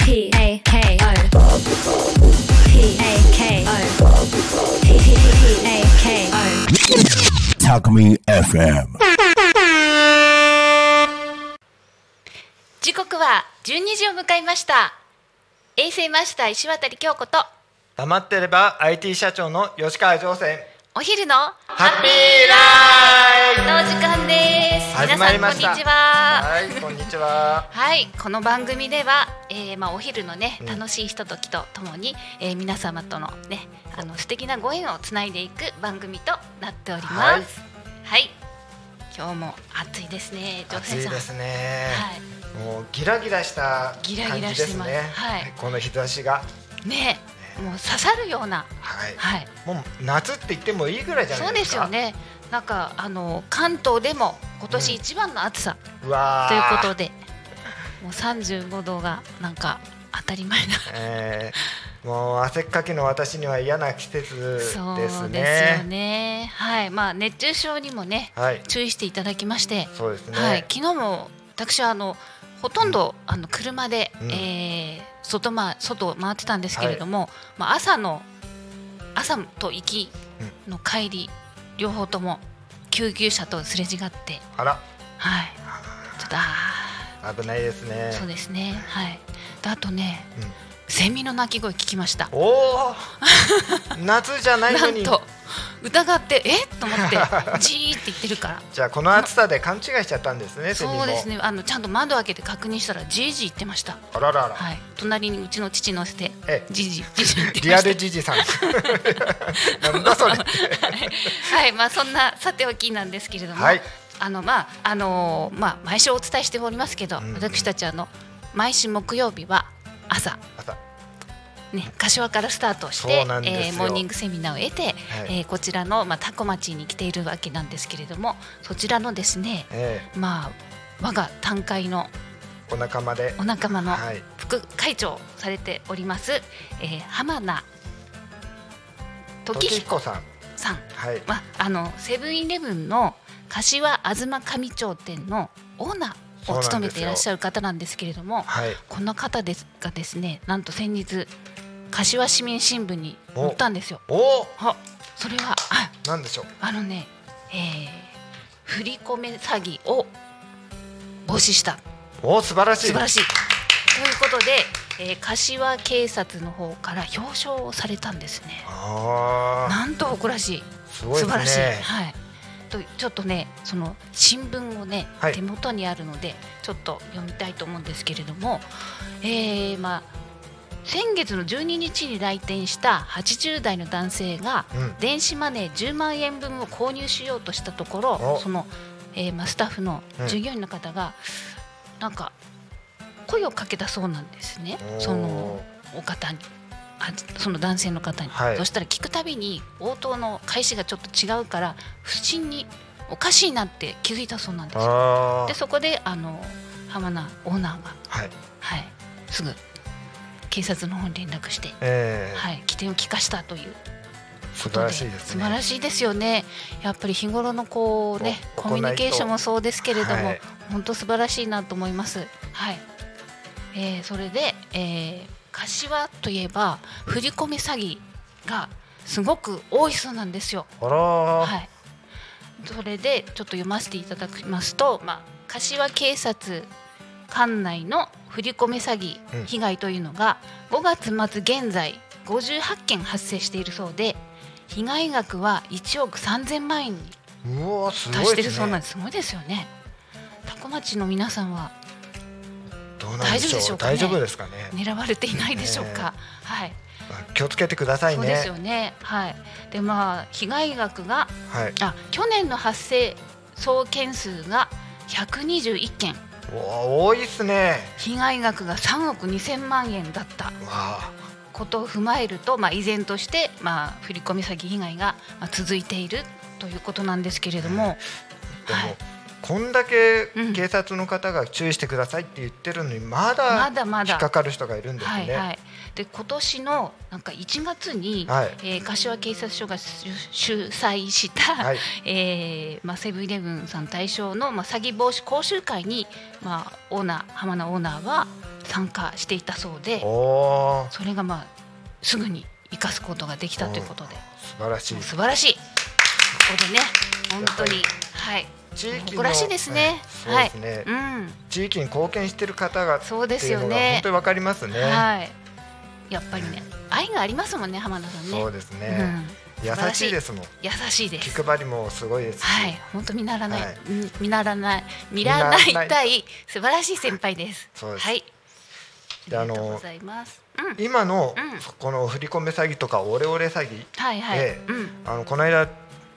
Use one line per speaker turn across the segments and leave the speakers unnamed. P A K O P A K O P A K O
Talk Me FM.
時刻は12時を迎えました衛星マスター石渡京子と
黙ってれば IT 社長の吉川上船
お昼の
ハッピー
の
ライ
時間です
フ始まりました
皆さんこんにちは
はいこんにちは
はいこの番組では、えーまあ、お昼のね
うん
楽しいひとときとともに、えー皆様とのねあの素敵なご縁をつないでいく番組となっておりますはい、今日も暑いですね上
暑
船
い
さん
ですね、
はい
もうギラギラした感
ギ
じですね
ラギラしてますはい
この日差しが
ねもう刺さるような
はい、
はい
もう夏って言ってもいいぐらいじゃ
そ
な
う
い
で
ですす
よ
か
ね。なんかあの関東でも今年一番の暑さ
うわー
ということで、もう35度がなんか当たり前な。
えーもう汗っかきの私には嫌な季節です
そう
ね
ですよね。はい、まあ熱中症にもね、
はい
注意していただきまして、
そうですね、
はい、昨日も私はあのほとんど、あの車で、
うん
えー外ま外を回ってたんですけれども、まあ朝の朝と行きの帰り、両方とも救急車とすれ違って。
あら
はい。ちょっとあ
危ないですね
あ、そうですね。はい。であとね、
うん
セミの鳴き声聞きました。
おお夏じゃない
な
の
ん
に
と疑ってえと思 ってじーって言ってるから。
じゃあこの暑さで勘違いしちゃったんですねセミも
そうですね。あのちゃんと窓開けて確認したらじーじー言ってました。
あららら、
はい。隣にうちの父乗せて
ええ
じーじーじーじー言って
リ
ま
ア
した。
ルじじさんなんだそれ
はい、まあそんなさておきなんですけれども、
はい
あのまああのーまあ毎週お伝えしておりますけど、
うん
私たちあの毎週木曜日は朝
朝
ね、柏からスタートし
そ
て
うなん、ですよ
えーモーニングセミナーを得て、
い
えーこちらの、まあ、タコ町に来ているわけなんですけれどもそちらのですね、
え
まあ、我が単会の
えお仲間で
お仲間の
はい
副会長をされております、えー浜名時
時
彦
彦さん
さん、
はい
まあ、あのセブンイレブンの柏東上町店のオーナーを務めていらっしゃる方なんですけれども。
はい
この方ですがですねなんと先日柏市民新聞に載ったんですよ
おお
あそれはあ
なんでしょう
あのね、えー、振り込め詐欺を防止した
おお素晴らしい
素晴らしいということで、えー、柏警察の方から表彰をされたんですね
あ
なんと誇らしい
あすごい
素
で
晴
す
らしい、
ね
はい、とちょっとねその新聞をね、
はい
手元にあるのでちょっと読みたいと思うんですけれども、えーまあ、先月の12日に来店した80代の男性が
うん
電子マネー10万円分を購入しようとしたところ
お
その、えーまあ、スタッフの
うん
従業員の方が、なんか声をかけたそうなんですね。そのお方にあその男性の方に、
はい
そしたら聞くたびに応答の開始がちょっと違うから不審におかしいなって気づいたそうなんですよ
あ
で
あ
そこであの浜名オーナーが、
はい
はい、すぐ警察の方に連絡して、
ええ
はい、起点を聞かしたという
素
こ
晴
と
ら
で
しいです
素晴ら
ね
しいですよねやっぱり日頃のこうねコ
こ
ミュニケーションもそうですけれども、
はい
本当素晴らしいなと思います。はい。えーそれで、えー柏といえば振り込め詐欺がすごく多いそうなんですよ。
あら
はい。それでちょっと読ませていただきますと、まあ柏警察管内の振り込め詐
う
欺
ん
被害というのが5月末現在58件発生しているそうで、被害額は1億3000万円に
うわす
達
ご
し
い
て
で
る
す
そうなん
ね
です。すごいですよね。タコ町の皆さんは
どうなんで
大丈夫で
し
し
ょ
ょ
う
うかね
大丈夫ですかね
狙われていないでしょうか。はい、
気をつけてください
そう
ね
ですよね。はい。でまあ被害額が
はい
あ去年の発生総件数が121件、
お多いっすね
被害額が3億2000万円だった
わあ
ことを踏まえると、まあ依然としてまあ振り込み詐欺被害がまあ続いているということなんですけれども、
でも、
はい
ここんだけ
うん
警察の方が注意してくださいって言ってるのにま
ま
だ
だま
引
だ
っかかる人がいるんです
はいは
ね。
い、で今年のなんか1月に、
はい
えー柏警察署が主主催した、
はい
えーまあ、セブンイレブンさん対象の、まあ、詐欺防止講習会に、まあ、オーナー浜名オーナーは参加していたそうで
おおー
それが、まあ、すぐに生かすことができたということで
素晴らしい
もう。素晴らしいここでね本当に
やっ
はい
地域の
誇らしいですね
うんそうですね。
うん
地域に貢献してる方がって
そうです
いう
よ
のが
ね
本当にわかりますね。
はいやっぱりね愛がありますもんね浜田さんね
そうですね。
うん
優
素晴ら
しいですもん。
優しいで
気
す
配りもすごいですし。
はい、本当見習わない、
はい
うん見習わない、見習わないたい素晴らしい先輩 です。
そうです
はい。
で
あ
あ
り
の
がとうございます。うん、
今の
うん
この振り込め詐欺とかオレオレ詐欺、
はいはい、
え
う
え
ん、
あのこの間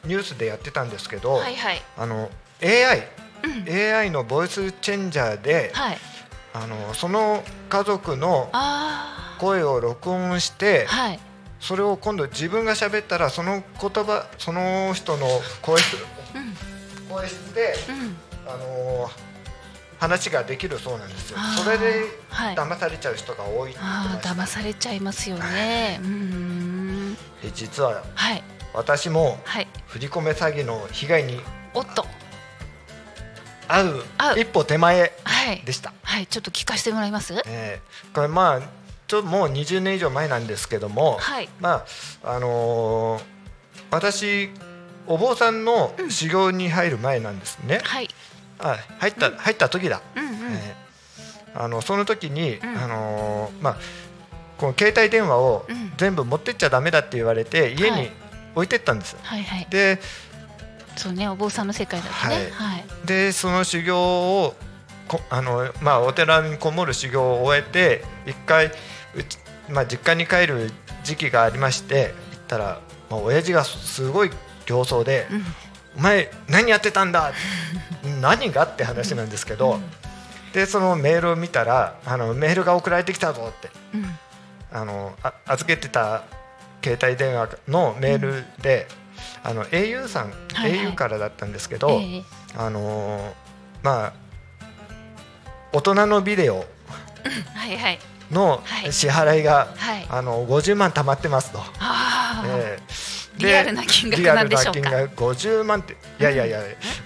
ニュースでやってたんですけど、
はいはい、
あの AI、
うん、
AI のボイスチェンジャーで、
はい、
あのその家族の
あ
声を録音し
あ、
て、
はい、
それを今度自分が喋ったらその言葉その人の声質
うん、
声質で、
うん、
あの話ができるそうなんですよ
あ。ー
それで
はい
騙されちゃう人が多いって言って
あ
ま
あ、
した
騙されちゃいますよね。うーん、
で実は
はい、
私も
はい、
振り込め詐欺の被害に
おっと、
遭う
遭う
一歩手前
はい
で、した。
はい、ちょっと聞かせてもらいます。
えーこれまあちょもう20年以上前なんですけども、
はい、
まああのー私お坊さんの修行に入る前なんですね。
はい、
あ入った、入った時だ。
うん、うん、
えーあのその時に、
ん
あのーまあこの携帯電話を
うん
全部持ってっちゃダメだって言われて、家
は
に
い
置いてったんです。
はい、はい、
で
そうね、お坊さんの世界だとね、はい、
でその修行をこあのまあお寺にこもる修行を終えて一回うちまあ実家に帰る時期がありまして行ったらまあ親父がすごい競争で、
うん、
お前何やってたんだ何がって話なんですけど、でそのメールを見たらあのメールが送られてきたぞって
うん、
あのあ預けてた携帯電話のメールで、あの au さん、
はいはい
au からだったんですけど、
ええ
あのーまあ大人のビデオ
はい、はい、
の
はい
支払いが、
はい。
あの50万貯まってますと。
ああ、
ええで
リアルな金額なんでしょうか
リアルな金額50万っていやいやいや、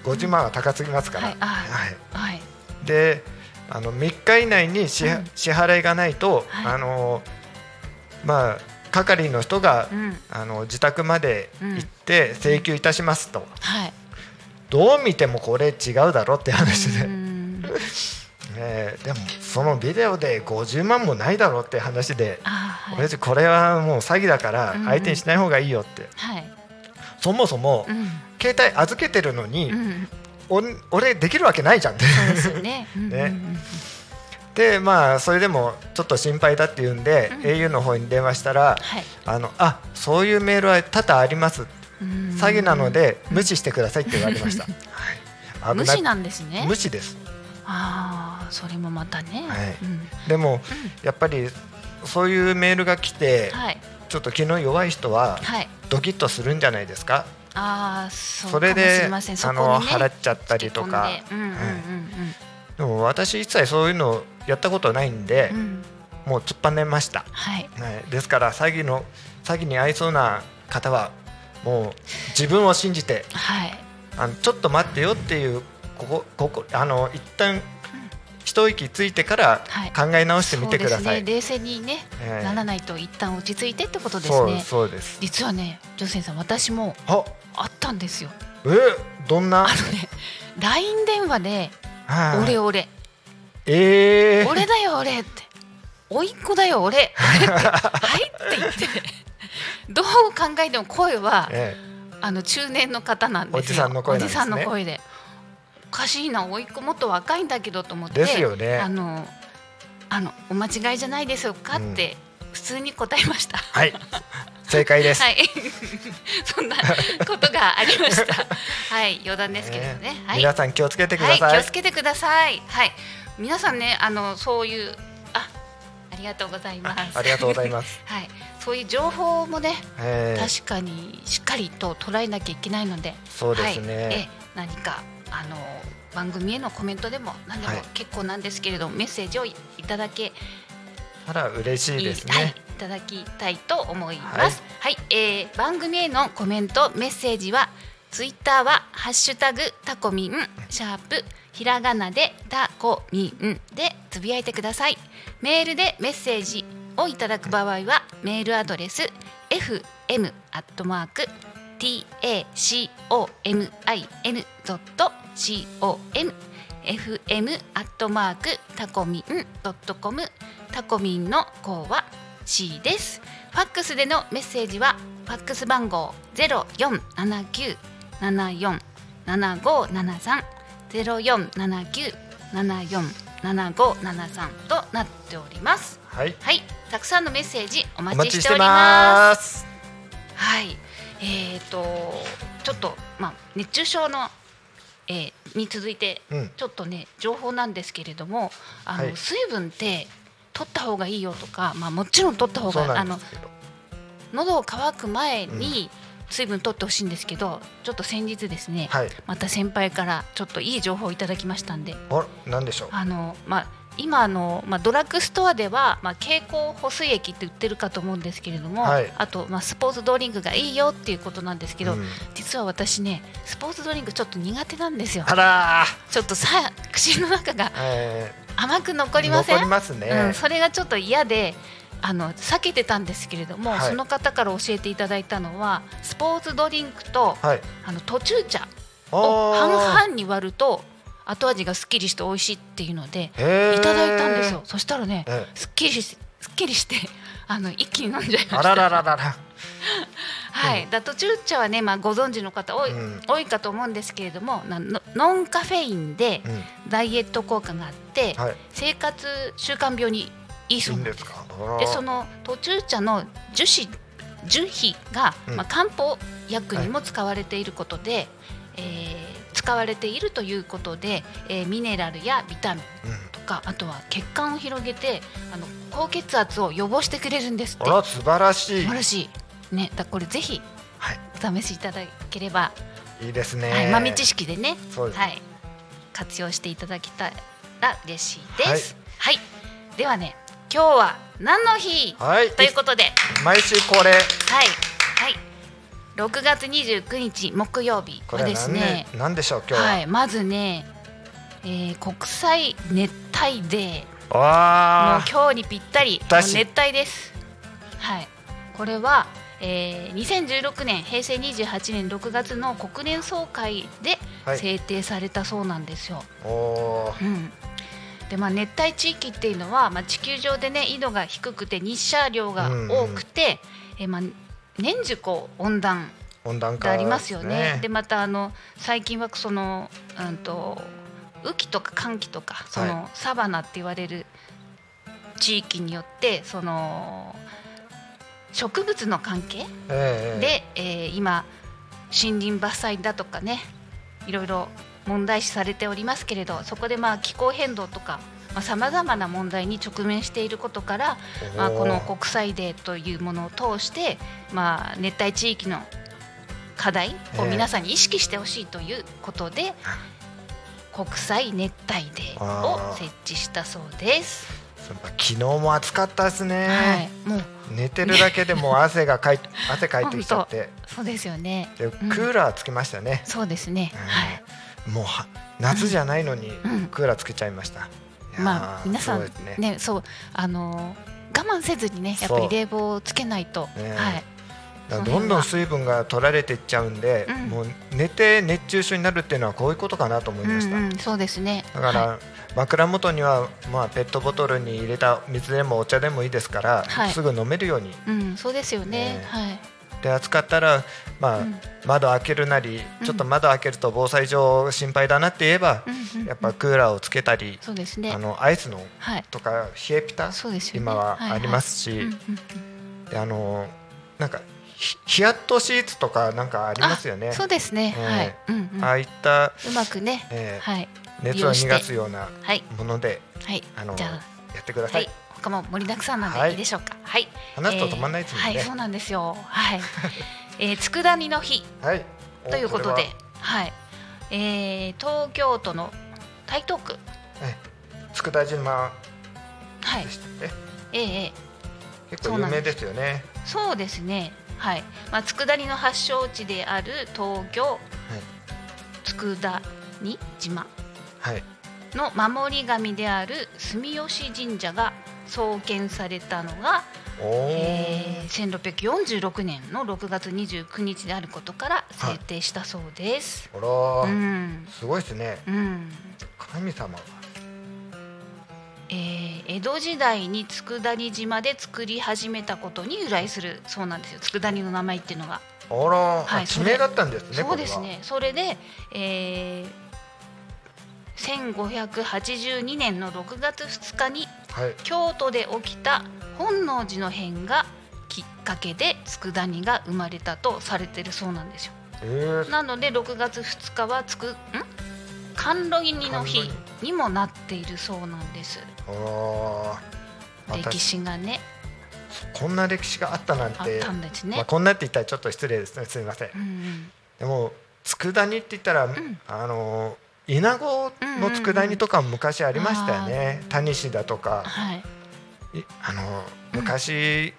50万は高すぎますから、
はいあ
はい
はい、
であの3日以内に支,、
うん
支払いがないと、
はい
あのまあ係の人が、
うん、
あの自宅まで行って請求いたしますと、
はい。
どう見てもこれ違うだろって話で、
うーん
えーでもそのビデオで50万もないだろって話で、
ああ、は
親
い、
父これはもう詐欺だから
うんうん
相手にしない方がいいよって、
はい、
そもそも
うん、
携帯預けてるのに、
うん、
お俺できるわけないじゃん って。
そうですよね。うん
ねでまあそれでもちょっと心配だって言うんで、
うん
au の方に電話したら、
はい
あのあそういうメールは多々あります詐欺なの。
うん
で無視してくださいって言われ ました、はい
無視なんですね
無。視です
ああ、それもまたね。
はい
うん
でも、やっぱりそういうメールが来て、
はい、
ちょっと気の弱い人は
はい。
ドキッとするんじゃないですか、
ああ、そう
それ
かもし
で、
ませんそ
あ
こに
の
ね
払っちゃったりとか
突っ込んでうん、うん、
でも私一切そういうのやったことないんで
うん、う、ん、うん、
もう突っぱねました
はい。
はい、ですから詐欺の詐欺に合いそうな方はもう自分を信じて
はい。
あのちょっと待ってよっていうここここあの一旦一息ついてから
はい
考え直してみてくだ
そうです
さい。
ね。冷静にね、
ええ
ならないと一旦落ち着いてってことです
そう
ね。
そうです。
実はね、ジョセンさん、私も
あ、
あったんですよ。
えどんな？
あのね、LINE 電話で
はい
俺俺
ええ
俺だよ俺って甥いっ子だよ俺はいって言ってどう考えても声は
え
あの中年の方なんですよ
おじさんの声なんですね
おじさんの声でおかしいな甥いっ子もっと若いんだけどと思って
ですよね
あのあのお間違いじゃないですかって、普通に答えました。
えはい、正解です。
はい、 そんなことがありました。はい、余談ですけれどね。はい、
皆さん気をつけてく
は
だ
い、
さい。
気をつけてください。はい、皆さんね、あのそういうあ、ありがとうございます。
ありがとうござい
す。
ます。
はい、そういう情報もね、
ええ
確かにしっかりと捉えなきゃいけないので、
そうですね
はい、え何かあの番組へのコメントでも何でも
はい
結構なんですけれども、メッセージをいただけ
ただ嬉しいです
はいい
ね。
ただきたいと思います。はい、えー番組へのコメントメッセージはツイッターはハッシュタグタコミンシャープひらがなでタコミンでつぶやいてください。メールでメッセージをいただく場合はメールアドレス fm アットマーク tacomin.com fm アットマークタコミンドットコムタコミンの項は C です。ファックスでのメッセージはファックス番号ゼロ四七九七四七五七三ゼロ四七九七四七五七三となっております。
はい、
はい、たくさんのメッセージお
お
待
待
ちし
ちして
おり
て
ます。
ます。
はい、えっ、とちょっとまあ熱中症の、えーに続いて、
うん
ちょっとね情報なんですけれども、あの、
はい
水分って取った方がいいよとか、まあもちろん取った方
そう
が
な
あ
んで
の
すけど。
喉を乾く前に水分取ってほしいんですけど、ちょっと先日ですね、
はい。
また先輩からちょっといい情報をいただきましたんで、
お、なんでしょう。
あのまあ今あの、まあ、ドラッグストアでは、まあ、蛍光補水液って売ってるかと思うんですけれども、
はい
あと、まあ、スポーツドリンクがいいよっていうことなんですけど、
うん
実は私ねスポーツドリンクちょっと苦手なんですよ
あら
ちょっとさ口の中が
ー、え
甘く
ー
残りません
残りますね。
うん、それがちょっと嫌であの避けてたんですけれども、
はい
その方から教えていただいたのはスポーツドリンクと
はい。
あの途中茶を半
あ
々に割ると後味がすっきりして美味しいっていうので
ーへー
いただいたんですよ。そしたらね、
え
すっきりし、すっきりして、 あの一気に飲んじゃい
え
ま
あ
し
ら
た。
らららら。
はい、だとチューチャはね、まあご存知の方多い、
うん
多いかと思うんですけれども、なのノンカフェインで
うん。
ダイエット効果があって、
はい。
生活習慣病にいい
い
そ
い
うんなん
で
ですす。
か。
で、その途中茶の樹脂樹皮が、
うん
まあ漢方薬にも使われていることで、えー使われているということで、えーミネラルやビタミン
うん
とかあとは血管を広げてあの高血圧を予防してくれるんですって
あら素晴らしい。
素晴らしいねだこれぜひ
はい。
お試しいただければ、
いいですね。
はい、豆知識でね
そうです
はい、活用していただけたら嬉しいですはい、ではね今日は何の日、
はい。
ということで
毎週恒例。
はいはい6月29日木曜日
こ
は
れ
で
な
す
ん
ね
ね、なんでしょう今日は。
はいまずね、えー、国際熱帯デーもう
わあ。
今日にぴったり
だし
もう熱帯です。はい、これは、えー、2016年平成28年6月の国連総会で
はい
制定されたそうなんですよ。
お
う
ー
んでまあ、熱帯地域っていうのは、まあ、地球上でね緯度が低くて日射量が多くて、えーまあ、年中こう温暖
温暖
って
化
ありますよね。でまたあの最近はその、うん、と雨季とか寒季とかその、
は
サバナって言われる地域によってその植物の関係
ええ
で、えー今森林伐採だとかねいろいろ問題視されておりますけれどそこでまあ気候変動とかさまざ、まな問題に直面していることから、まあ、
おー
この国際デーというものを通して、まあ、熱帯地域の課題を
ええ
皆さんに意識してほしいということで、国際熱帯デーを設置したそうです。
そうやっぱ昨日も暑かったですね、
はい、もう
寝てるだけでもう汗が かい汗かいてきちゃって
そうですよね。
で
ん
クーラーつけましたね、
そうですね。
うん
はい。
もうは夏じゃないのに
ん
クーラーつけちゃいました、いやー
まあ皆さん
そうですね
ねそうあのー我慢せずにねやっぱ
そ
り
う
冷房をつけないと、
ね
はい
だからどんどん水分が取られていっちゃうんで、
うん
もう寝て熱中症になるっていうのはこういうことかなと思いました、
うんうんそうですね
だから、
は
枕元には、まあ、ペットボトルに入れた水でもお茶でもいいですから、
はい
すぐ飲めるように
いうんそうですよね
ね
はい
で暑かったら、まあ
うん
窓開けるなり
うん
ちょっと窓開けると防災上心配だなって言えば、
うんうん
やっぱクーラーをつけたり、
そうですね
あのアイスの
はい
とか冷えピタ、
そうですよね
今はありますし、
はいはいうんうん
であのなんかひヒヤッとシーツとかなんかありますよね
あそうですね、
ええ
はいうんうん
ああいった、
うまくね、
えー
はい利
熱を
用し
逃
て
がすような
はい
もので、
はい
あの
じゃあ
やってくださ、
はいい、他も盛りだくさんなん
は
で
い
いいでしょうか。はい。
話すと止まんないですもんね
えーはい、そうなん ですよ。はい。えー、佃煮の日
はい
ということ
お
で
れは、
はい。えー東京都の台東区
佃島
はい
でしたっけ、
ええええ
結構有名ですよね
そうですねはい、まあ、佃煮の発祥地である東京、佃煮島
はい
の守り神である住吉神社が創建されたのが、
おお、
えー1646年の6月29日であることから制定したそうです。
あら
う
ー、
ん、
すごいですね
うん
神様が
えー江戸時代に佃煮島で作り始めたことに由来するそうなんですよ佃煮の名前っていうのが。
あらー、
はい
あ
そ
地
れ
名だったんですね
そうです
こ
ねそれで、えー1582年の6月2日に
れははい
京都で起きた本能寺の変がきっかけで佃煮が生まれたとされてるそうなんですよ
えー、
なので6月2日はつくん甘露煮の日
甘
にもなっているそうなんです
あーまた
歴史がね
こんな歴史があったなん
あってたんです
まあ、
ね、
こんなって言ったらちょっと失礼ですねすみません
うんうん、
でも佃煮って言ったら、
ん
あの稲子の佃煮とかも昔ありましたよね、タニシだとか
はい
いあの昔、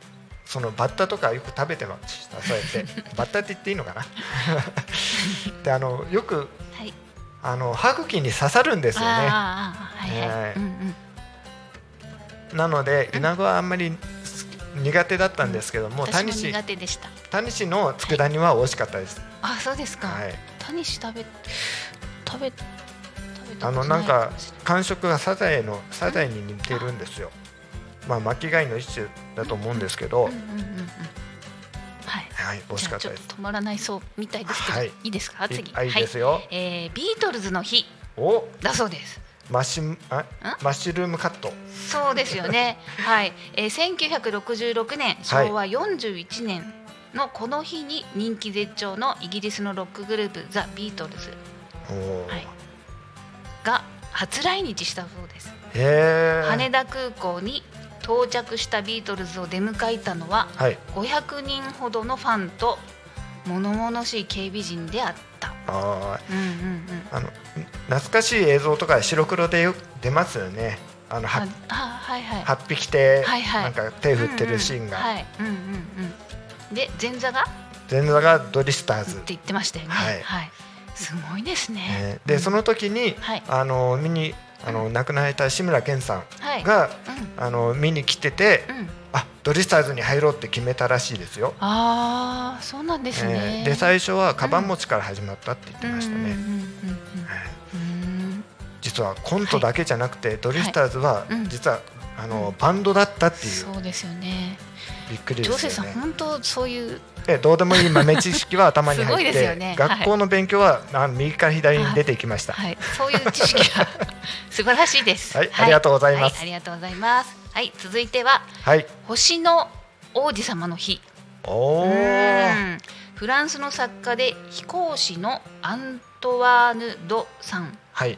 そのバッタとかよく食べてましたそうや ってバッタって言っていいのかな であのよく
はい
あの歯茎に刺さるんですよね
あーあーあーはいはい、
はい
うんうん
なので稲子はあんまり好き苦手だったんですけども、タ
私も
ニシ
苦手でした
タニシの佃煮は美味しかったです、
あそうですか、
はい、
タニシ食べ食べ食べたこと
あの
い
なんか
もしれい
感触がサザエのサザエに似てるんですよ。まあ巻き貝の一種だと思うんですけど、
うんうんうんうんはい
はい、美味
じ
し
ゃ
か
あ
っ
ち
た
ょっ
です。
と止まらないそうみたいですけど、
はい
い、いですか次
いあいいですよ。
はいえービートルズの日
お、
だそうです
マッシュあマッシュルームカット。
そうですよね はい、えー、1966年
はい
昭和41年のこの日に人気絶頂のイギリスのロックグループザ・ビートルズ
おー
はいが初来日したそうです
へー
羽田空港に到着したビートルズを出迎えたのは
はい。
500人ほどのファンと物々しい警備陣であった。
あ
うんうんうん。
ーあのん懐かしい映像とか白黒でよく出ますよね。あのは
あ、あはいはい。
八匹て、
はいはい
なんか手振ってるシーンが、
うんうんはい。うんうんうん。で前座がっ
前座がドリスター
て
ズ。
言ってましたよね。
はい
すごいですね
ね。でそ
の
の時に、
はい
あの見にあの亡くなられた志村けんさん
はい。
が
う
あの見に来てて、
んうん。
あドリスターズに入ろうって決めたらしいですよ。
ああそうなんですね。
えーで最初はカバン持ちから始まったって言ってました
うん
ね。
うん
はい
うんうんうん。
実はコントだけじゃなくて、ドリスターズは
うん
実は、あのバンドだったっ
う
て
ん。
いう
そうですよね。
びっくり
ジョ
で
セ
す
さ
よ
ん
ね。
本当そういう
えーどうでもいい豆知識は頭に
すごい
入っ
ですよ
て、
ねはい
学校の勉強はあ右から左に出ていきました。
はい、そういう知識 が素晴らしいです。
はいありがとうございます
はい、ありがとうございます。はい、続いては
はい。
星の王子様の日。
おお、
うんフランスの作家で飛行士のアントワーヌ・ド・サン
はい。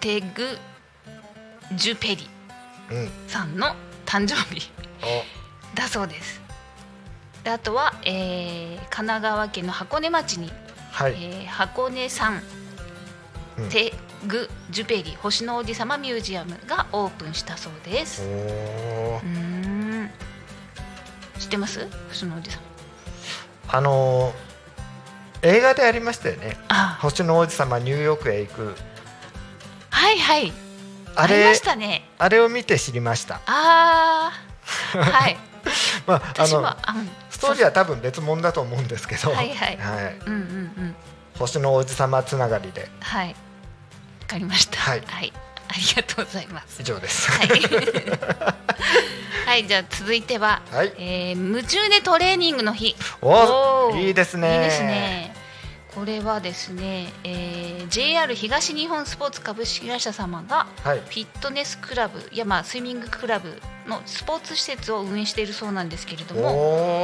テグ・ジュペリ
うん。
さんの誕生日
お
だそうです。であとは、えー神奈川県の箱根町に
はい。
えー箱根山
うん
テグジュペリ星の王子様ミュージアムがオープンしたそうです。
お
う
ー
ーん知ってます星の王子様？
あのー映画でありましたよね。
あ
星の王子様ニューヨークへ行く。
はいはい
あ
あ
れ
りましたね。
あれを見て知りました。
あ あはい
まあ、あ
私も
の
あうん
ストーリーは多分別物だと思うんですけど、
はいはい
はい
うんうんうん
星の王子様つながりで
はいわかりました。
はい
ありがとうございます。
以上です。
はい はいじゃあ続いては、
はい
えー夢中でトレーニングの日。
お
おー
いいですね。
いいですね。これはですね、えー JR 東日本スポーツ株式会社様が
はい。
フィットネスクラブやまあスイミングクラブのスポーツ施設を運営しているそうなんですけれど
お
も、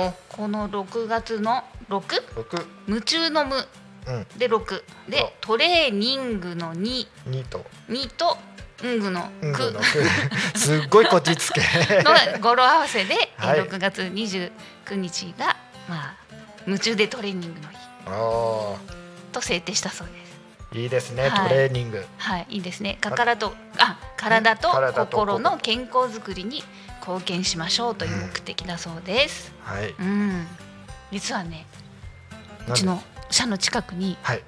お、
この6月の6
六、
夢中の無
うん、
で6
そう
でトレーニングの2
二と、
2と運具 の
うん、
く
のく すっごいこ じつけ。
の語呂合わせで、えー
はい
6月29日がまあ夢中でトレーニングの日
おお、
と制定したそうです。
いいですね、
はい
トレーニング
はい、いいですね。体とあ体と
体と心
心の健康づくりに貢献しましょうという目的だそうです。
はい
うん、実はね、う
なん
ち
で
の社の近くに
はい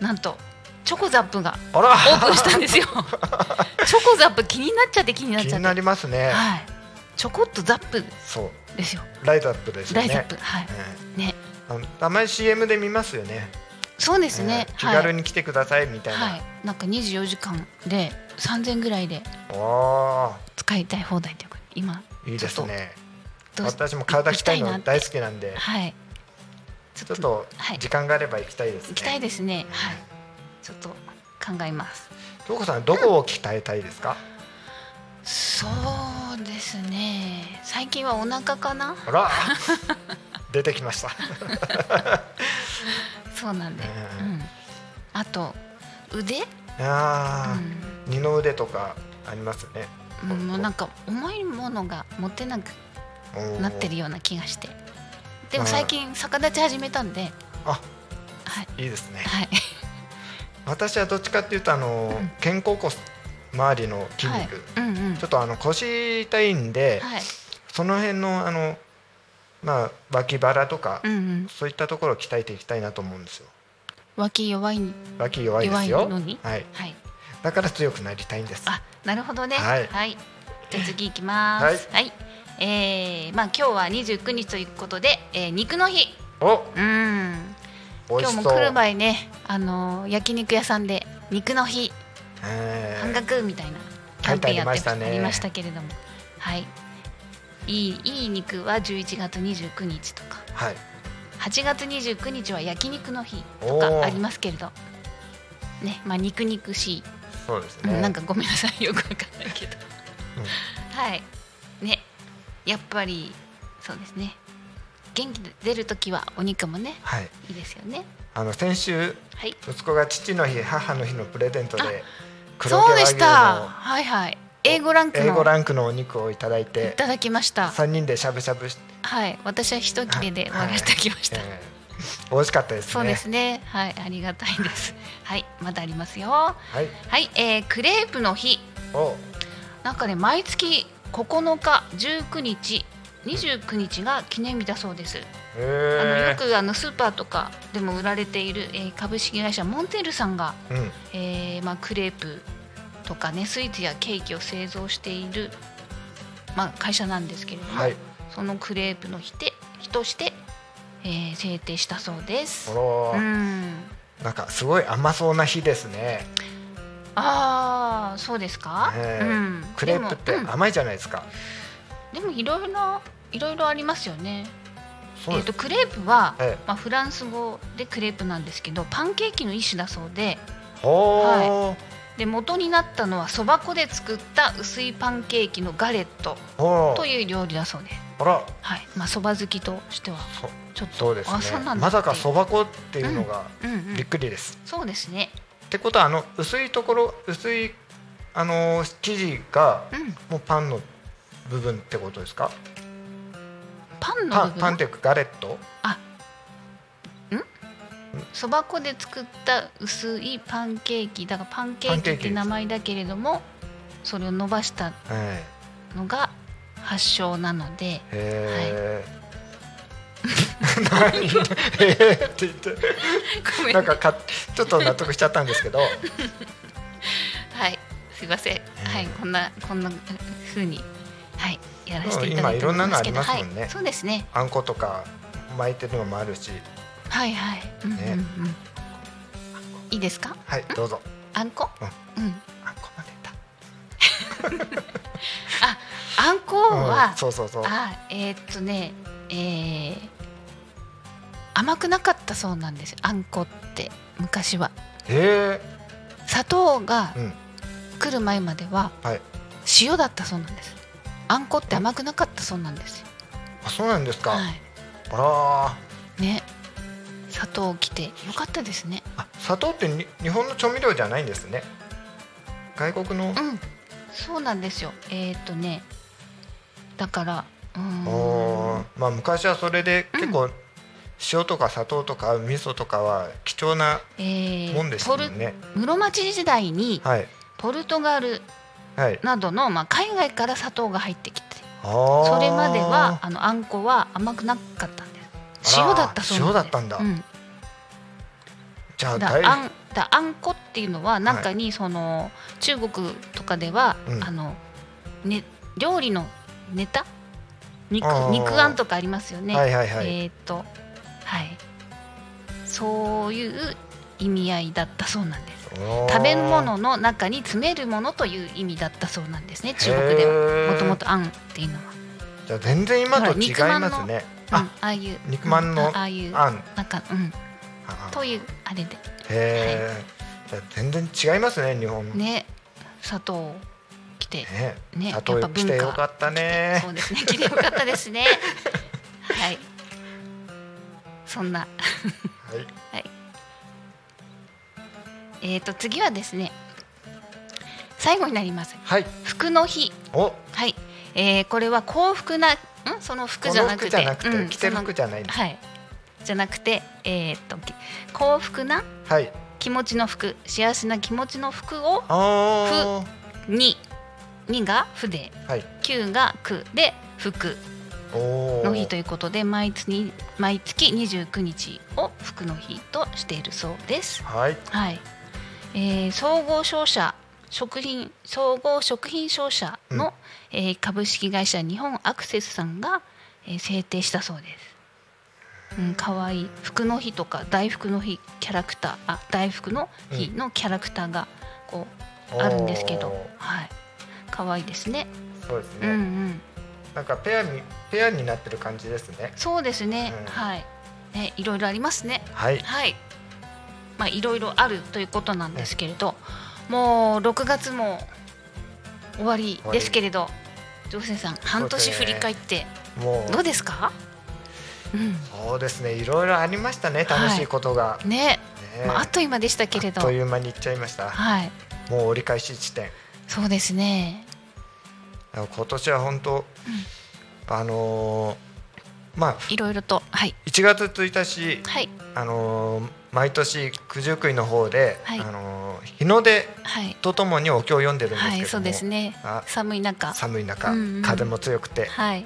なんとチョコザップが
あら
オープンしたんですよ。チョコザップ気になっちゃって気になっ
気
ちゃっ
に
て、
なりますね、
はい、チョコっとザップ
そう
ですよ。
ライトアップですよ
ラ
ね
イザップ、はい、ね、
うんあのあまり CM で見ますよね
そうですね
う。ん気
は
軽
い、
に来てくださいみたいな、
はい、なんか24時間で3000ぐらいで
お
使いたい放題というか、今
ーいいですね
どうし
私も体鍛える
行きたいなっ
の
て
大好きなんで
はい。
ちょっと
はい
時間があれば行きたいですね
行きたいですね。
ん
はい。ちょっと考えます。
京子さんどこを鍛えたいですか、
そうですね。最近はお腹かな。
あら出てきました
そうなんで。う
うん
ん。あと腕？
あー、二の腕とかありますね
うん。もうなんか重いものが持てなく
おー
なってるような気がして。でも最近逆立ち始めたんで。
あ
はい
いいですね
はい。
私はどっちかっていうとあの、
うん
肩甲骨周りの筋肉、
はい。うんうん。
ちょっとあの腰痛いんで、
はい。
その辺のあのまあ脇腹とか、
うんうん。
そういったところを鍛えていきたいなと思うんですよ
脇弱い
脇弱いで
弱
す
い
よ
のに。
はい
はい。
だから強くなりたいんです
あ、なるほどね。は。
はいい
じゃあ次行きます。はい。えーまあ今日は29日ということで、えー肉の日。
お
うん。今
美味
日
し
も
そう
来る前ね、あのー焼肉屋さんで肉の日
えー
半額みたいなキャ
書
ン
い
ペーン
てあり
やっ
ま
て
したね
ありましたけれども、はい。いいいい肉は11月29日とか
はい
8月29日は焼肉の日と
お
か
ー
ありますけれどねまあ肉肉しい、
そうです
うん
ね
なんかごめんなさいよくわかんないけどはい。ね。やっぱり。そうですね。元気で出る時はお肉もね。
はい
いいですよね。
あの先週
はい。
息子が父の日母の日のプレゼントで黒
そ
毛
う
和
で
牛
し
の
た。はいはい。英語ランク
A5
の。
ランクのお肉をいただい
い
て
ただきました。
三人でしゃぶしゃぶして、
はい。私は一切れで
はい
割りいただきました。
えー美味しかったですね
そうですね。はい。ありがたいです。はい。まだありますよ。は
はい
い。えークレープの日。
お
なんかね、毎月9日、19日、29日が記念日だそうです。あのよ
え
くあのスーパーとかでも売られている、えー株式会社モンテールさんが、
ーうん
えーまあ、クレープとかねスイーツやケーキを製造している、まあ、会社なんですけれども、
はい
そのクレープの日で日として、えー制定したそうです。
お
う
ら
ん
なんかすごい甘そうな日ですね
あーそうですか、
え
う
ー
ん、
クレープって
でも,、
甘いじゃないですか、
うん、でもいろいろいろいろありますよね。
そう
え
で
ー、
す
とクレープは、
え
まあ、フランス語でクレープなんですけどパンケーキの一種だそうで。
えほー、
で元になったのはそば粉で作った薄いパンケーキのガレット
ほー
という料理だそうです。
あら
はい、まあそば好きとしては
そ
ちょっと
そうですね
あそうなんだ
まさかそば粉っていうのが
うんう
びっ
ん、
くりです、
そうですね。
ってことはあの薄いところ薄いあのー生地が
うん、
もうパンの部分ってことですか
パンの
パ
部
ンパンっ
分
ていうかガレット
そば粉で作った薄いパンケーキだからパンケー
パン
キ
ケ
っ
ーキで
て
す
名前だけれどもそれを伸ばした
はい
のが発祥なの で
へー 何へーって言って
ごめん
な
ね
んかかちょっと納得しちゃったんで すけど
はいすいません、はいこんなこんな風にはいやらせていただい
今い
て
ろんなの
ま
あ
すけ
り
ど、
ます
は
も
い
んね
そうですね。
あんことか巻いてるのもあるし
はいはい。うんうんうん
ね
いいですか？
はいどうぞ
あんこ？うん。
あんこまでいった
あんこは、
うんそうそうそう
あえーっとね、えー、甘くなかったそうなんですよ。あんこって昔は
へえ
砂糖が
うん
来る前までは
はい
塩だったそうなんです。あんこって甘くなかったそうなんですよ。
あそうなんですか、
は
あらー
い。ね。砂糖きてよかったですね。
あ砂糖ってに日本の調味料じゃないんですね外国
う
の
ん、そうなんですよ。えーっとね、だから、うーん
おーまあ昔はそれで結構塩とか砂糖とか味噌とかは貴重な
え
もんで
ー
した
ポ
も
ル
んね。
室町時代に
はい
ポルトガル
はい。
などの、まあ、海外から砂糖が入ってきてそ
そ
れまではあのあんこは甘くなかったんです塩だったそうなん
塩
で
だ
す
ったんだ。
うん、
じゃあ
だ
大
あんだあんこっていうのは中にその、中国とかでは、
うん
あのね料理のネタ肉
あー
肉あんとかありますよね、
はいはいはい。
えっ、とはいそういう意味合いだったそうなんです食べ物の中に詰めるものという意味だったそうなんですね中国では
は
もともとあんっていうのは、
じゃあ全然今と違いますね。
うん、
あ
あ、あいう
肉まんの
うんああいう
あん。
なんかうん
あ
というあれで
へえ。じゃあ全然違いますね日本。ね。
ね砂糖きてね
砂糖来てよかったね
そ。うですねきてよかったです ねはいそんな
はい。
えー、と次はですね最後になります
はい。
服の日
お。
はい、えー、これは幸福なんその服じゃなくて
この服じゃなく
う
て
ん
着てる服じゃないん
そ
だ
の。はいじゃなくてえー、とき幸福な
はい。
気持ちの服幸せな気持ちの服を
あ
に2が筆
あ。はい。
9が句で服
おお。
の日ということで毎月に毎月29日を服の日としているそうです。
はい。
はいえー総合商社食品総合食品商社の、えー株式会社日本アクセスさんが、えー制定したそうです。うん、かわいい服の日とか大福の日キャラクターあ大福の日のキャラクターがこうあるんですけど、
おー
はい、かわいいですね。
そうです
うんう
ね。
ん、
なんかペアにペアになってる感じですね。
そうですね、
うん
はい、ね、いろいろありますね。
はい。
はい。まあ、いろいろあるということなんですけれど、もう6月も終わりですけれど、ジョセさん、半年振り返って
もう
どうですか？う
そうですね。いろいろありましたね。楽しいことが。
ん、ね、
ね
まあ、あっという間でしたけれど、
あっという間に行っちゃいました。
はい、
もう折り返し地点。
そうですね。
今年は本当、あのーまあ
いろいろと、はい、
1月1日、
はい、
あのー毎年九十九里の方で、
はい
あのー日の出
はい、
とともにお経を読んでるんですけども、
はい、そうですね
あ。
寒い中、
寒い中、
うんうん
風も強くて
はい、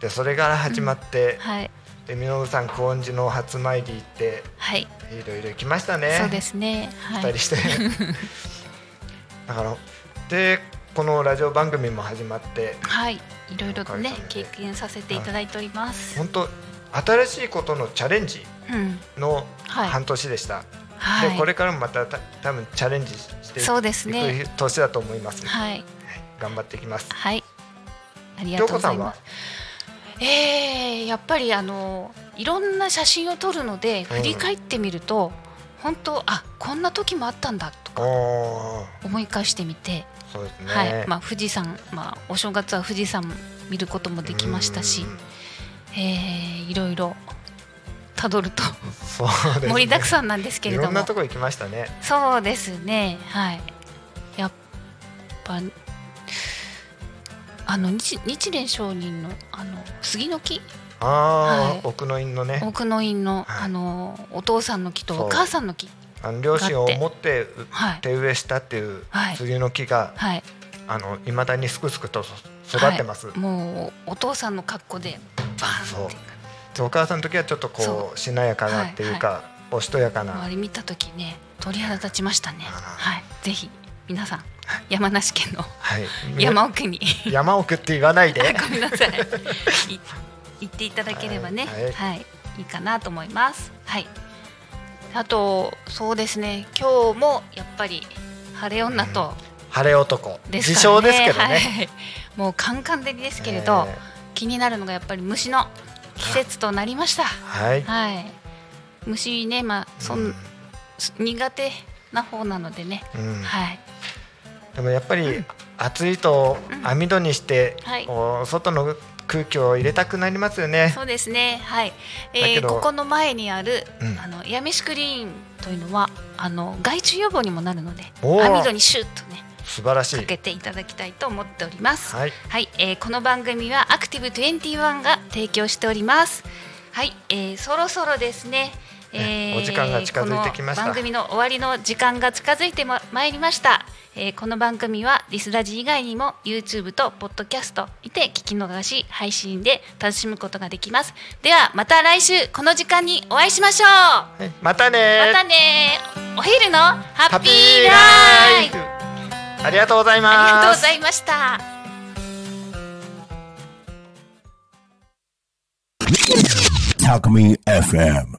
でそれから始まって、
はい、
で身延山久遠寺の初参り行って
はい、
いろいろ行きましたね
そうですね。は
二
い
人、して だからでこのラジオ番組も始まって
はい、いろいろとね
おか
経
げさまで
験させていただいております。
本当新しいことのチャレンジ
うん、
の
はい
半年でした、
はい。
でこれからもまたた多分チャレンジしていく
そうですね
いく年だと思います、はい
はい、
頑張っていきます
はい。ありがと
京
う
子
ご
さ
ざ
ん
い
は
ます。えー、やっぱりあのいろんな写真を撮るので振り返ってみると、本当あこんな時もあったんだと
お
か
おー
思い返してみて、
そうですね、
はい。まあ富士山、まあお正月は富士山見ることもできましたし
う、ん
えー、いろいろたどると
そうですね
盛りだくさんなんですけれ
い
ど
ろんな
も
と、こ行きましたね
そうですね。はい。やっぱあの日日蓮上人のあの杉の木
ああ、
はい
奥の院のね
奥の院の、
はい
あのお父さんの木
そ
と
う
お母さんの木
あの両親を持ってう
はい
手植えしたっていう
はい
杉の木が、
はい
あの未だにすくすくと育ってます、
はいもうお父さんの格好でバーンって
でお母さんの時はちょっとこ
そう
しなやかなっていうか、おしとやかな、
周り見た時ね鳥肌立ちましたね
あら
はいぜひ皆さん山梨県の
はい、
山奥に
山奥って言わないで
ごめんなさいい行っていただければね
はいはい
はい、いいかなと思いますはいあとそうですね今日もやっぱり晴れ女と
晴れ男、
です
自
から
称
ね
ですけどね、
はい、もうカンカン照りですけれど、
えー
気になるのがやっぱり虫の季節となりました。
はい、
はい。虫ね、まあそん、
うん
苦手な方なのでね。
うん
はい。
でもやっぱり暑いと網戸にして、
はい
こう外の空気を入れたくなりますよね。
そうですね。はい。
だ
え
け
ー、
ど
ここの前にある、
うん
あのやめしクリーンというのはあの害虫予防にもなるので、
おー
網戸にシュッとね
素晴らし
か
い。
けていただきたいと思っております。
はい、
はい、えーこの番組はアクティブ21が提供しております。はい、えーそろそろですね。
ね
えー
お時間が近づいてきました
この番組の終わりの時間が近づいてままいりました、えーこの番組はリスラジ以外にも YouTube と Podcast にて聞き逃し配信で楽しむことができますではまた来週この時間にお会いしましょう
はいまたねー
またねお昼のハッピーライフ
フありがとうございます
ありがとうございました。
Talk Me FM.